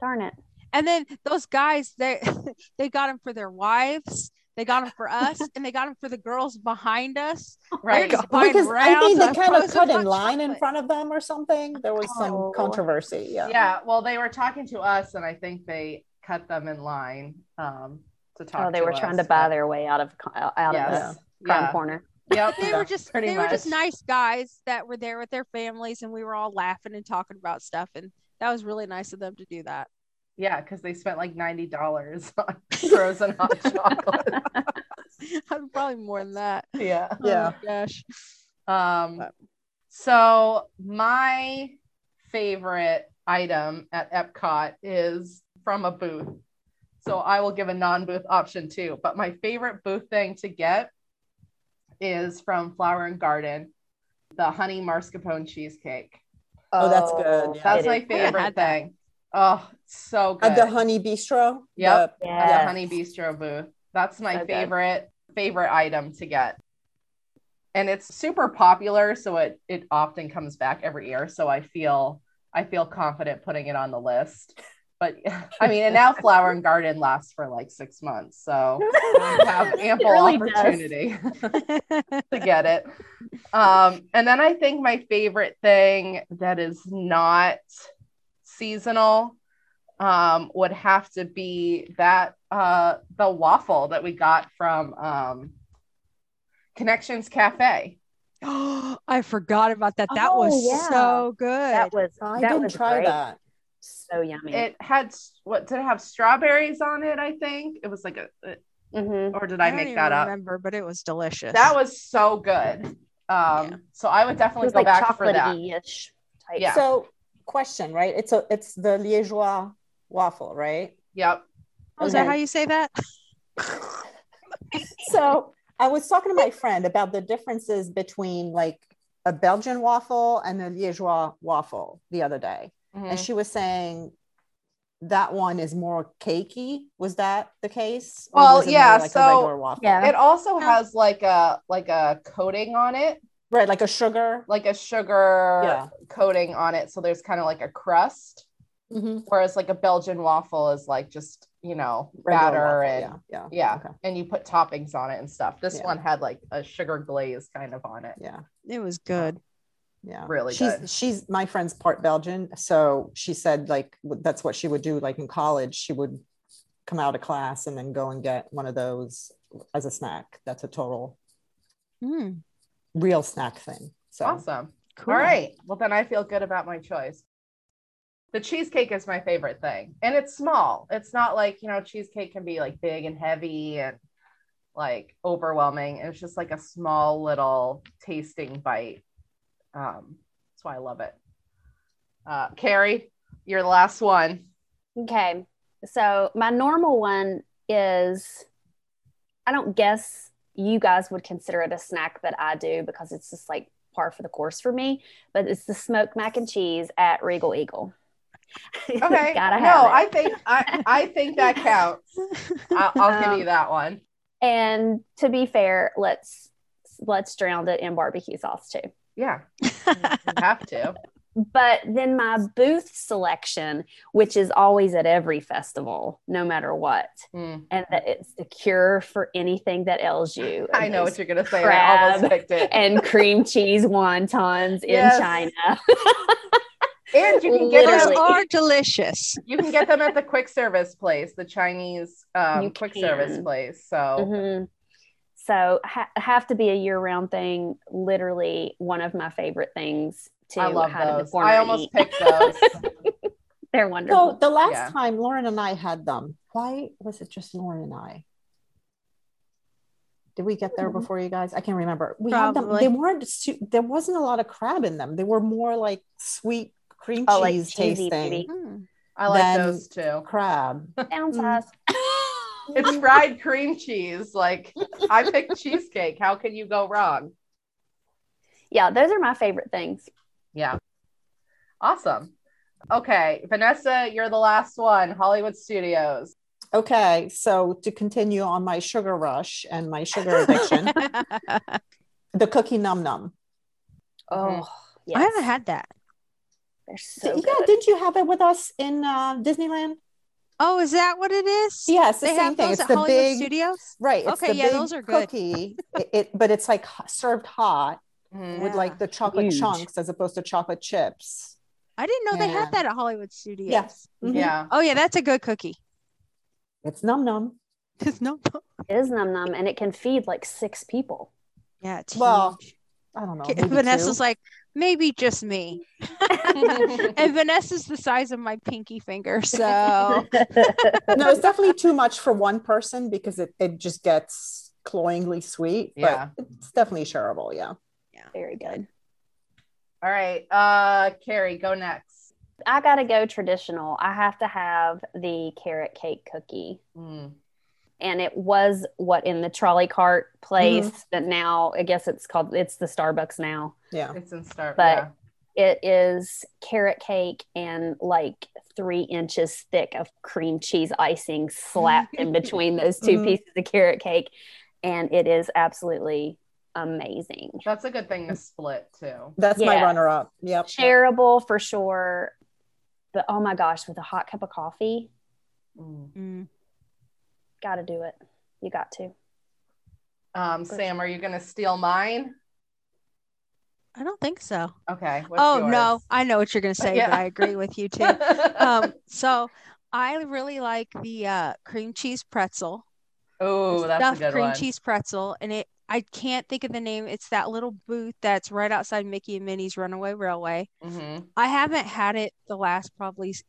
Speaker 4: Darn it.
Speaker 2: And then those guys, they they got them for their wives, they got them for us, and they got them for the girls behind us.
Speaker 1: Right.
Speaker 2: God. Fine
Speaker 3: Because I think they
Speaker 2: rounds of
Speaker 3: kind of
Speaker 2: frozen
Speaker 3: cut in
Speaker 2: hot
Speaker 3: line in
Speaker 2: chocolate.
Speaker 3: front of them or something. There was
Speaker 4: Oh.
Speaker 3: some controversy. Yeah.
Speaker 1: Yeah. Well, they were talking to us, and I think they cut them in line um to talk.
Speaker 4: Oh, they were
Speaker 1: us,
Speaker 4: trying to buy
Speaker 1: but-
Speaker 4: their way out of co- uh, out of the
Speaker 1: Yes.
Speaker 4: crime
Speaker 1: Yeah.
Speaker 4: corner.
Speaker 1: Yep.
Speaker 2: They
Speaker 3: Yeah,
Speaker 2: were just
Speaker 1: pretty
Speaker 2: they were just
Speaker 1: much.
Speaker 2: nice guys that were there with their families, and we were all laughing and talking about stuff, and that was really nice of them to do that.
Speaker 1: Yeah, because they spent like ninety dollars on frozen hot chocolate.
Speaker 2: Probably more than that.
Speaker 1: yeah.
Speaker 2: Oh my
Speaker 3: Yeah.
Speaker 2: gosh.
Speaker 1: Um,
Speaker 2: But-
Speaker 1: so my favorite item at Epcot is from a booth. So I will give a non-booth option too. But my favorite booth thing to get is from Flower and Garden, the honey mascarpone cheesecake.
Speaker 3: Oh, that's good. Yeah.
Speaker 1: That's
Speaker 4: it
Speaker 1: my
Speaker 4: is.
Speaker 2: I haven't
Speaker 1: favorite uh,
Speaker 2: had that.
Speaker 1: thing. Oh, so good.
Speaker 3: At the Honey Bistro.
Speaker 1: Yep.
Speaker 3: the-
Speaker 1: At
Speaker 4: Yeah.
Speaker 1: the Honey Bistro booth. That's my
Speaker 4: So good.
Speaker 1: favorite favorite item to get. And it's super popular, so it it often comes back every year. So I feel I feel confident putting it on the list. But I mean, and now Flower and Garden lasts for like six months, so we have ample
Speaker 4: really does.
Speaker 1: opportunity to get it. Um, and then I think my favorite thing that is not seasonal um, would have to be that uh, the waffle that we got from um, Connections Cafe.
Speaker 2: Oh, I forgot about that. That was
Speaker 4: Oh, yeah.
Speaker 2: so good.
Speaker 4: That was
Speaker 3: I
Speaker 4: that
Speaker 3: didn't
Speaker 4: was
Speaker 3: try
Speaker 4: great.
Speaker 3: that.
Speaker 4: So yummy.
Speaker 1: It had what did it have strawberries on it? I think it was like a,
Speaker 4: Mhm.
Speaker 1: or did I,
Speaker 2: don't
Speaker 1: make
Speaker 2: even
Speaker 1: that up?
Speaker 2: Remember, but it was delicious.
Speaker 1: That was so good. Um,
Speaker 2: Yeah.
Speaker 1: So I would
Speaker 4: It
Speaker 1: definitely
Speaker 4: was
Speaker 1: go
Speaker 4: like
Speaker 1: back for that.
Speaker 4: chocolatey-ish type.
Speaker 1: Yeah.
Speaker 3: So, question, right? It's a it's the Liégeois waffle, right?
Speaker 1: Yep.
Speaker 2: Oh, is that
Speaker 3: okay.
Speaker 2: how you say that?
Speaker 3: so I was talking to my friend about the differences between like a Belgian waffle and a Liégeois waffle the other day,
Speaker 1: Mm.
Speaker 3: and she was saying that one is more cakey. Was that the case? Or
Speaker 1: Well,
Speaker 3: was it more
Speaker 1: yeah,
Speaker 3: like
Speaker 1: so-
Speaker 3: a regular waffle,
Speaker 4: Yeah.
Speaker 1: It also has like a like a coating on it,
Speaker 3: right? Like a sugar,
Speaker 1: like a sugar
Speaker 3: yeah.
Speaker 1: coating on it. So there's kind of like a crust,
Speaker 3: Mm-hmm.
Speaker 1: whereas like a Belgian waffle is like just you know batter and yeah.
Speaker 3: yeah, yeah, Okay.
Speaker 1: and you put toppings on it and stuff. This
Speaker 3: Yeah.
Speaker 1: one had like a sugar glaze kind of on it.
Speaker 3: yeah,
Speaker 2: It was good.
Speaker 3: yeah.
Speaker 1: Really
Speaker 3: she's
Speaker 1: good.
Speaker 3: she's my friend's part Belgian, so she said like w- that's what she would do. Like in college, she would come out of class and then go and get one of those as a snack. That's a total
Speaker 2: Mm,
Speaker 3: real snack thing. So
Speaker 1: Awesome.
Speaker 2: cool.
Speaker 1: All right. Well, then I feel good about my choice. The cheesecake is my favorite thing, and it's small. It's not like, you know, cheesecake can be like big and heavy and like overwhelming. It's just like a small little tasting bite. Um, that's why I love it. Uh, Carrie, you're the last one.
Speaker 4: Okay. So my normal one is I don't guess you guys would consider it a snack, but I do because it's just like par for the course for me. But it's the smoked mac and cheese at Regal Eagle.
Speaker 1: Okay.
Speaker 4: Gotta
Speaker 1: no,
Speaker 4: have it.
Speaker 1: I think I, I think that counts. I'll, I'll
Speaker 4: Um,
Speaker 1: give you that one.
Speaker 4: and to be fair, let's let's drown it in barbecue sauce too.
Speaker 1: Yeah, you have to.
Speaker 4: but then my booth selection, which is always at every festival, no matter what,
Speaker 1: Mm.
Speaker 4: and that it's the cure for anything that ails you.
Speaker 1: I
Speaker 4: and
Speaker 1: know what
Speaker 4: those
Speaker 1: you're gonna say. and I almost
Speaker 4: crab
Speaker 1: picked it.
Speaker 4: and cream cheese wontons in
Speaker 1: Yes.
Speaker 4: China.
Speaker 1: And you can get
Speaker 2: Those
Speaker 1: them,
Speaker 4: Literally.
Speaker 2: are delicious.
Speaker 1: you can get them at the quick service place, the Chinese um,
Speaker 4: You
Speaker 1: quick
Speaker 4: can.
Speaker 1: service place. So
Speaker 2: Oh.
Speaker 4: Mhm. So ha- have to be a year-round thing. Literally one of my favorite things to
Speaker 1: I love
Speaker 4: hide in the
Speaker 1: those.
Speaker 4: corner.
Speaker 1: I
Speaker 4: and
Speaker 1: almost
Speaker 4: eat.
Speaker 1: picked those.
Speaker 4: They're
Speaker 3: So
Speaker 4: wonderful.
Speaker 3: the last
Speaker 1: Yeah.
Speaker 3: time Lauren and I had them, why was it just Lauren and I? Did we get there
Speaker 4: Hmm.
Speaker 3: before you guys? I can't remember. We had them.
Speaker 2: Probably.
Speaker 3: They weren't. su- There wasn't a lot of crab in them. They were more like sweet cream
Speaker 4: Oh, like
Speaker 3: cheese
Speaker 4: cheesy,
Speaker 3: tasting
Speaker 4: maybe.
Speaker 2: Mm.
Speaker 1: I like
Speaker 3: Then-
Speaker 1: those too.
Speaker 3: crab.
Speaker 1: mm-hmm.
Speaker 4: Downsize.
Speaker 1: It's fried cream cheese. Like I picked cheesecake. How can you go wrong?
Speaker 4: Yeah, those are my favorite things.
Speaker 1: Yeah. Awesome. Okay, Vanessa, you're the last one. Hollywood Studios.
Speaker 3: Okay, so to continue on my sugar rush and my sugar addiction, the cookie num num.
Speaker 4: Oh, yes.
Speaker 2: I haven't had that.
Speaker 4: They're so
Speaker 3: yeah,
Speaker 4: good.
Speaker 3: didn't you have it with us in uh, Disneyland?
Speaker 2: Oh, is that what it is?
Speaker 3: Yes, the
Speaker 2: they
Speaker 3: same
Speaker 2: have
Speaker 3: thing.
Speaker 2: those
Speaker 3: It's
Speaker 2: at
Speaker 3: the
Speaker 2: Hollywood
Speaker 3: big,
Speaker 2: Studios.
Speaker 3: right? It's
Speaker 2: Okay,
Speaker 3: the
Speaker 2: yeah,
Speaker 3: big
Speaker 2: those are good.
Speaker 3: cookie. it, it, but it's like h- served hot
Speaker 1: Mhm.
Speaker 3: with
Speaker 2: Yeah.
Speaker 3: like the chocolate
Speaker 4: Huge.
Speaker 3: chunks as opposed to chocolate chips.
Speaker 2: I didn't know they
Speaker 3: Yeah.
Speaker 2: had that at Hollywood Studios.
Speaker 3: Mhm.
Speaker 1: Yeah.
Speaker 2: Oh yeah, that's a good cookie.
Speaker 3: It's num num.
Speaker 2: There's no.
Speaker 4: It is num num, and it can feed like six people.
Speaker 2: Yeah, it's
Speaker 3: Well,
Speaker 2: huge.
Speaker 3: I don't know.
Speaker 2: Okay,
Speaker 3: Oh, maybe
Speaker 2: Vanessa's
Speaker 3: two.
Speaker 2: like maybe just me, and Vanessa's the size of my pinky finger, so
Speaker 3: no, it's definitely too much for one person because it, it just gets cloyingly sweet.
Speaker 1: Yeah.
Speaker 3: But it's definitely shareable. Yeah.
Speaker 4: Very good.
Speaker 1: All right. Uh Carrie, go next.
Speaker 4: I gotta go traditional. I have to have the carrot cake cookie.
Speaker 1: Mm.
Speaker 4: And it was what in the trolley cart
Speaker 1: Mm-hmm.
Speaker 4: place that now I guess it's called it's the Starbucks now.
Speaker 3: Yeah.
Speaker 1: It's in start.
Speaker 4: But-
Speaker 1: yeah.
Speaker 4: It is carrot cake and like three inches thick of cream cheese icing slapped in between those two
Speaker 2: Mm-hmm.
Speaker 3: Mhm.
Speaker 4: pieces of carrot cake. And it is absolutely amazing.
Speaker 1: That's a good thing to split too.
Speaker 3: That's my
Speaker 4: Yeah.
Speaker 3: runner up. Yep.
Speaker 4: Shareable for sure. But oh my gosh, with a hot cup of coffee,
Speaker 1: Mm.
Speaker 2: Mm.
Speaker 4: gotta do it. You got to.
Speaker 1: Um, Sam, are you gonna steal mine?
Speaker 2: I don't think so.
Speaker 1: Okay. what's
Speaker 2: oh
Speaker 1: yours?
Speaker 2: no, I know what you're gonna say,
Speaker 1: Yeah.
Speaker 2: but I agree with you too. um, so I really like the uh, cream cheese pretzel.
Speaker 1: oh,
Speaker 2: the
Speaker 1: that's a
Speaker 2: stuffed
Speaker 1: good
Speaker 2: cream
Speaker 1: one.
Speaker 2: cheese pretzel, and it I can't think of the name. It's that little booth that's right outside Mickey and Minnie's Runaway Railway.
Speaker 1: Mhm.
Speaker 2: I haven't had it the last probably s-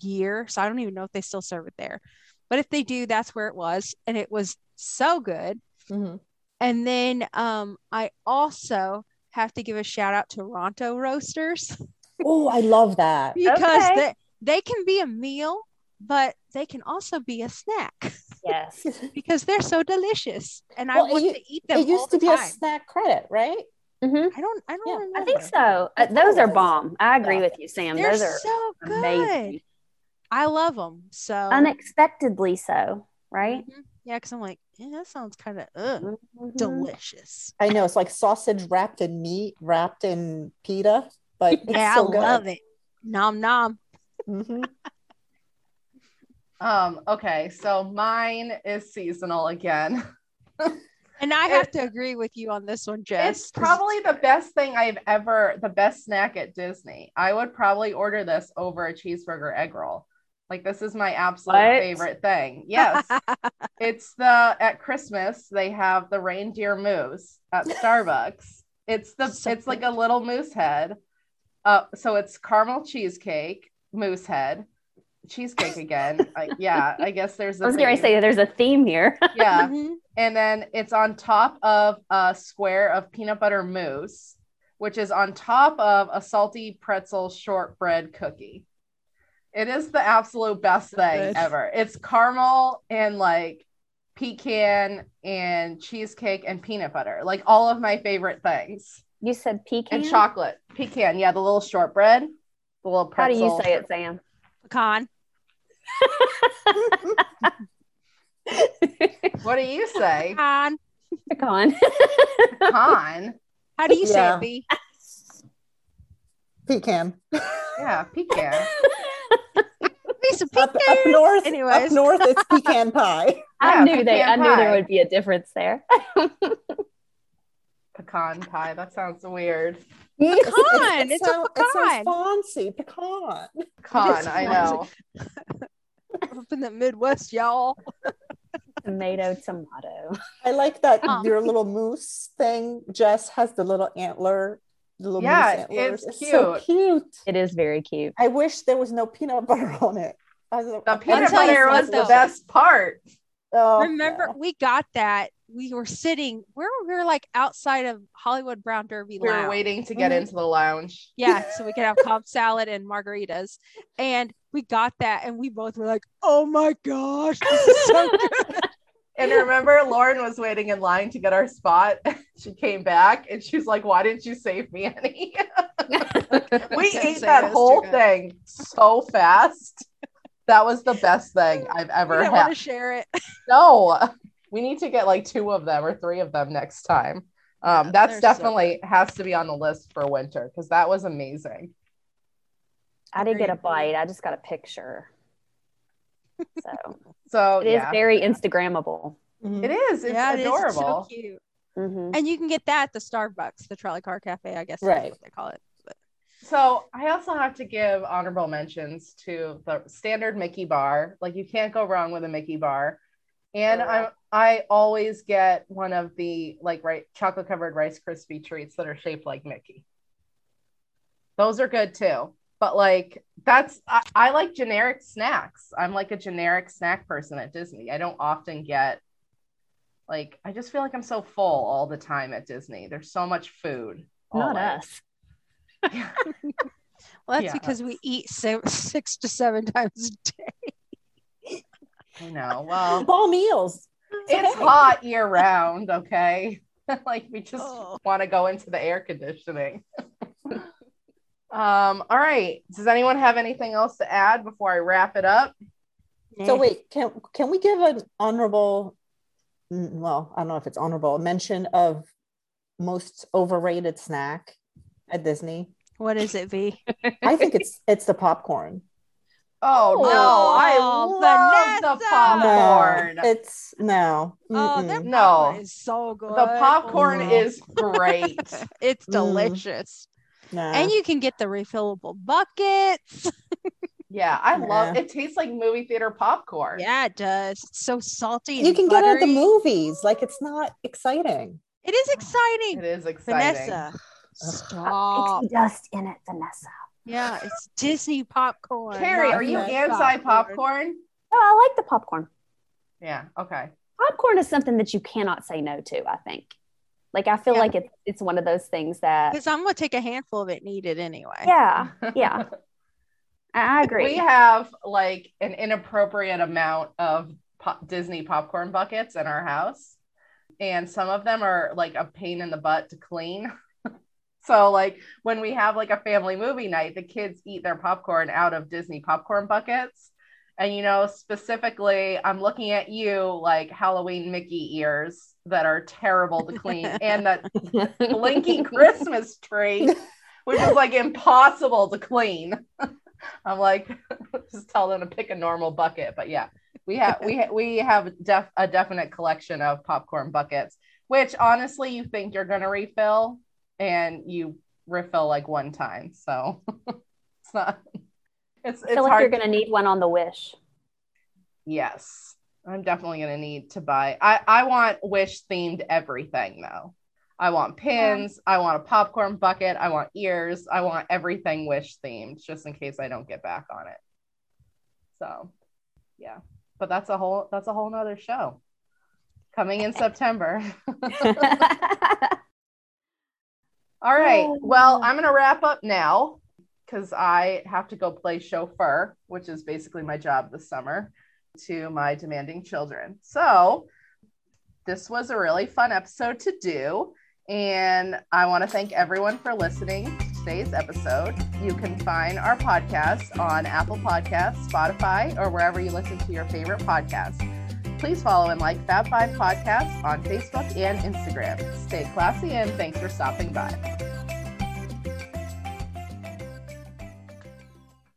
Speaker 2: year, so I don't even know if they still serve it there. But if they do, that's where it was, and it was so good.
Speaker 3: Mhm.
Speaker 2: And then um, I also have to give a shout out to Ronto Roasters
Speaker 3: Oh, I love that.
Speaker 2: because
Speaker 4: Okay.
Speaker 2: they, they can be a meal, but they can also be a snack
Speaker 4: Yes.
Speaker 2: because they're so delicious, and
Speaker 3: Well,
Speaker 2: I
Speaker 3: it
Speaker 2: want
Speaker 3: u-
Speaker 2: to eat them.
Speaker 3: It
Speaker 2: all
Speaker 3: used to
Speaker 2: the
Speaker 3: be a
Speaker 2: time.
Speaker 3: snack credit, right?
Speaker 4: hmm
Speaker 2: I don't. I don't
Speaker 3: Yeah, I
Speaker 2: remember.
Speaker 4: I think so. Uh, those are bomb. I agree
Speaker 3: Yeah.
Speaker 4: with you, Sam.
Speaker 2: They're
Speaker 4: those are
Speaker 2: so good.
Speaker 4: amazing.
Speaker 2: I love them. So
Speaker 4: Unexpectedly so, right?
Speaker 2: Mhm. Yeah, because I'm like, yeah, that sounds kind of ugh,
Speaker 3: Mm-hmm.
Speaker 4: Mhm.
Speaker 2: Mm-hmm. delicious.
Speaker 3: I know it's like sausage wrapped in meat, wrapped in pita, but it's
Speaker 2: yeah,
Speaker 3: so
Speaker 2: I
Speaker 3: good.
Speaker 2: love it. Nom nom.
Speaker 3: Mhm.
Speaker 1: Um, okay, so mine is seasonal again.
Speaker 2: And I have to agree with you on this one, Jess.
Speaker 1: It's
Speaker 2: 'cause
Speaker 1: probably the best thing I've ever, the best snack at Disney. I would probably order this over a cheeseburger egg roll. Like this is my absolute
Speaker 4: What?
Speaker 1: favorite thing. Yes. it's the at Christmas they have the reindeer moose at Starbucks. It's the
Speaker 2: So
Speaker 1: it's like a little moose head. Uh so it's caramel cheesecake, moose head, cheesecake again. Uh, yeah, I guess there's
Speaker 4: I
Speaker 1: a
Speaker 4: was going to
Speaker 1: theme.
Speaker 4: say there's a theme here.
Speaker 1: yeah
Speaker 2: Mhm.
Speaker 1: and then it's on top of a square of peanut butter mousse, which is on top of a salty pretzel shortbread cookie. It is the absolute best thing
Speaker 2: Good.
Speaker 1: ever. It's caramel and like pecan and cheesecake and peanut butter, like all of my favorite things.
Speaker 4: You said pecan.
Speaker 1: And chocolate, pecan, yeah, the little shortbread, the little
Speaker 4: How do
Speaker 1: pretzel.
Speaker 4: you say it, Sam?
Speaker 2: pecan.
Speaker 1: What do you say?
Speaker 2: Pecan.
Speaker 4: Pecan.
Speaker 1: Pecan.
Speaker 2: How do you say
Speaker 3: Yeah.
Speaker 2: it, B?
Speaker 3: Pecan.
Speaker 1: Yeah, pecan.
Speaker 2: Piece of
Speaker 3: Up, up
Speaker 2: pecan.
Speaker 3: north,
Speaker 2: Anyways.
Speaker 3: up north, it's pecan pie.
Speaker 4: I
Speaker 1: Yeah,
Speaker 4: knew they. I
Speaker 1: pecan
Speaker 4: knew there
Speaker 1: pie.
Speaker 4: would be a difference there.
Speaker 1: Pecan pie. That sounds weird.
Speaker 2: Pecan. It's a
Speaker 3: sound- It
Speaker 2: pecan.
Speaker 3: sounds fancy. Pecan.
Speaker 1: Pecan,
Speaker 2: Just
Speaker 1: I
Speaker 2: sounds-
Speaker 1: know.
Speaker 2: Up in the Midwest, y'all.
Speaker 4: tomato, tomato.
Speaker 3: I like that
Speaker 2: Um.
Speaker 3: your little moose thing. Jess has the little antler, the little
Speaker 1: Yeah,
Speaker 3: moose antlers.
Speaker 1: it's
Speaker 3: so
Speaker 1: cute.
Speaker 3: cute.
Speaker 4: It is very cute.
Speaker 3: I wish there was no peanut butter on it. I was-
Speaker 1: The
Speaker 3: I
Speaker 1: peanut
Speaker 3: was-
Speaker 2: tell you
Speaker 1: butter
Speaker 2: what,
Speaker 1: was the
Speaker 2: though.
Speaker 1: best part.
Speaker 3: Oh,
Speaker 2: Remember,
Speaker 3: yeah.
Speaker 2: we got that. We were sitting where we were like outside of Hollywood Brown Derby
Speaker 1: We were
Speaker 2: Lounge.
Speaker 1: waiting to get
Speaker 3: Mhm.
Speaker 1: into the lounge.
Speaker 2: Yeah, so we could have cob salad and margaritas. And we got that, and we both were like, oh my gosh, this is so good.
Speaker 1: And remember, Lauren was waiting in line to get our spot. she came back and she's like, Why didn't you save me any? we
Speaker 2: Sam
Speaker 1: ate
Speaker 2: said it
Speaker 1: that
Speaker 2: was
Speaker 1: whole
Speaker 2: too good.
Speaker 1: thing so fast. That was the best thing I've
Speaker 2: We
Speaker 1: ever
Speaker 2: didn't want to
Speaker 1: had.
Speaker 2: share it.
Speaker 1: No, we need to get like two of them or three of them next time. Um,
Speaker 2: Yeah,
Speaker 1: that's
Speaker 2: they're so
Speaker 1: definitely has to be on the list for winter because that was amazing.
Speaker 4: I did get a
Speaker 2: Agreed.
Speaker 4: bite. I just got a picture. So
Speaker 1: So
Speaker 4: it is
Speaker 1: Oh, yeah,
Speaker 4: very Instagrammable.
Speaker 3: Mhm.
Speaker 1: it is. It's
Speaker 2: yeah, it is. It's
Speaker 1: adorable.
Speaker 2: so cute.
Speaker 4: hmm
Speaker 2: And you can get that at the Starbucks, the trolley car cafe, I guess
Speaker 3: Right.
Speaker 2: that's what they call it. But
Speaker 1: So I also have to give honorable mentions to the standard Mickey bar. Like you can't go wrong with a Mickey bar. And
Speaker 4: Sure.
Speaker 1: I I always get one of the like right chocolate covered Rice Krispie treats that are shaped like Mickey. Those are good too. But like that's I, I like generic snacks. I'm like a generic snack person at Disney. I don't often get like I just feel like I'm so full all the time at Disney. There's so much food.
Speaker 4: Not
Speaker 1: always.
Speaker 4: us.
Speaker 2: well, that's
Speaker 1: Yeah.
Speaker 2: because we eat so, six to seven times a day.
Speaker 1: I know. Well,
Speaker 3: Ball meals.
Speaker 1: it's
Speaker 3: Okay.
Speaker 1: hot year round okay like we just
Speaker 2: Oh.
Speaker 1: want to go into the air conditioning Um, all right. Does anyone have anything else to add before I wrap it up?
Speaker 2: Mm.
Speaker 3: So wait, can can we give an honorable? mm, Well, I don't know if it's honorable a mention of most overrated snack at Disney.
Speaker 2: What is it, V?
Speaker 3: I think it's it's the popcorn.
Speaker 1: Oh, no, I
Speaker 2: Oh,
Speaker 1: love the
Speaker 2: Vanessa!
Speaker 1: popcorn.
Speaker 3: No, it's no.
Speaker 2: Oh, their
Speaker 3: mm-mm.
Speaker 1: No.
Speaker 2: popcorn is so good.
Speaker 1: the popcorn
Speaker 3: No.
Speaker 1: is great.
Speaker 2: it's
Speaker 3: Mm.
Speaker 2: delicious,
Speaker 3: no.
Speaker 2: and you can get the refillable buckets.
Speaker 1: yeah, I love
Speaker 3: Yeah.
Speaker 1: it tastes like movie theater popcorn.
Speaker 2: Yeah, it does. It's so salty.
Speaker 3: you
Speaker 2: and
Speaker 3: can get it at the
Speaker 2: buttery.
Speaker 3: movies. Like it's not exciting.
Speaker 2: It is exciting,
Speaker 1: It is exciting.
Speaker 2: Vanessa.
Speaker 4: It's
Speaker 2: Stop.
Speaker 4: dust in it, Vanessa.
Speaker 2: Yeah, it's Disney popcorn.
Speaker 1: Carrie,
Speaker 2: not
Speaker 1: are you
Speaker 2: French
Speaker 1: anti popcorn?
Speaker 4: Oh, I like the popcorn.
Speaker 1: Yeah, okay.
Speaker 4: Popcorn is something that you cannot say no to, I think. Like I feel
Speaker 2: Yeah.
Speaker 4: like it's it's one of those things that
Speaker 2: Because I'm gonna take a handful of it and eat it anyway.
Speaker 4: Yeah. Yeah. I I agree.
Speaker 1: We have like an inappropriate amount of po- Disney popcorn buckets in our house, and some of them are like a pain in the butt to clean. so, like when we have like a family movie night, the kids eat their popcorn out of Disney popcorn buckets. And you know, specifically, I'm looking at you like Halloween Mickey ears that are terrible to clean, and that blinky Christmas tree, which is like impossible to clean. I'm like, just tell them to pick a normal bucket. But yeah, we have we ha- we have def- a definite collection of popcorn buckets, which honestly you think you're gonna refill, and you refill like one time. So it's not. It's
Speaker 4: I
Speaker 1: it's
Speaker 4: feel like
Speaker 1: hard.
Speaker 4: you're gonna need one on the wish.
Speaker 1: yes, I'm definitely gonna need to buy. I I want wish themed everything though. I want pins. I want a popcorn bucket. I want ears. I want everything wish themed, just in case I don't get back on it. So, yeah, but that's a whole that's a whole nother show coming in September. All right.
Speaker 4: Oh.
Speaker 1: Well, I'm gonna wrap up now because I have to go play chauffeur, which is basically my job this summer to my demanding children. So, this was a really fun episode to do. And I want to thank everyone for listening to today's episode. You can find our podcast on Apple Podcasts, Spotify, or wherever you listen to your favorite podcast. Please follow and like Fab Five Podcasts on Facebook and Instagram. Stay classy and thanks for stopping by.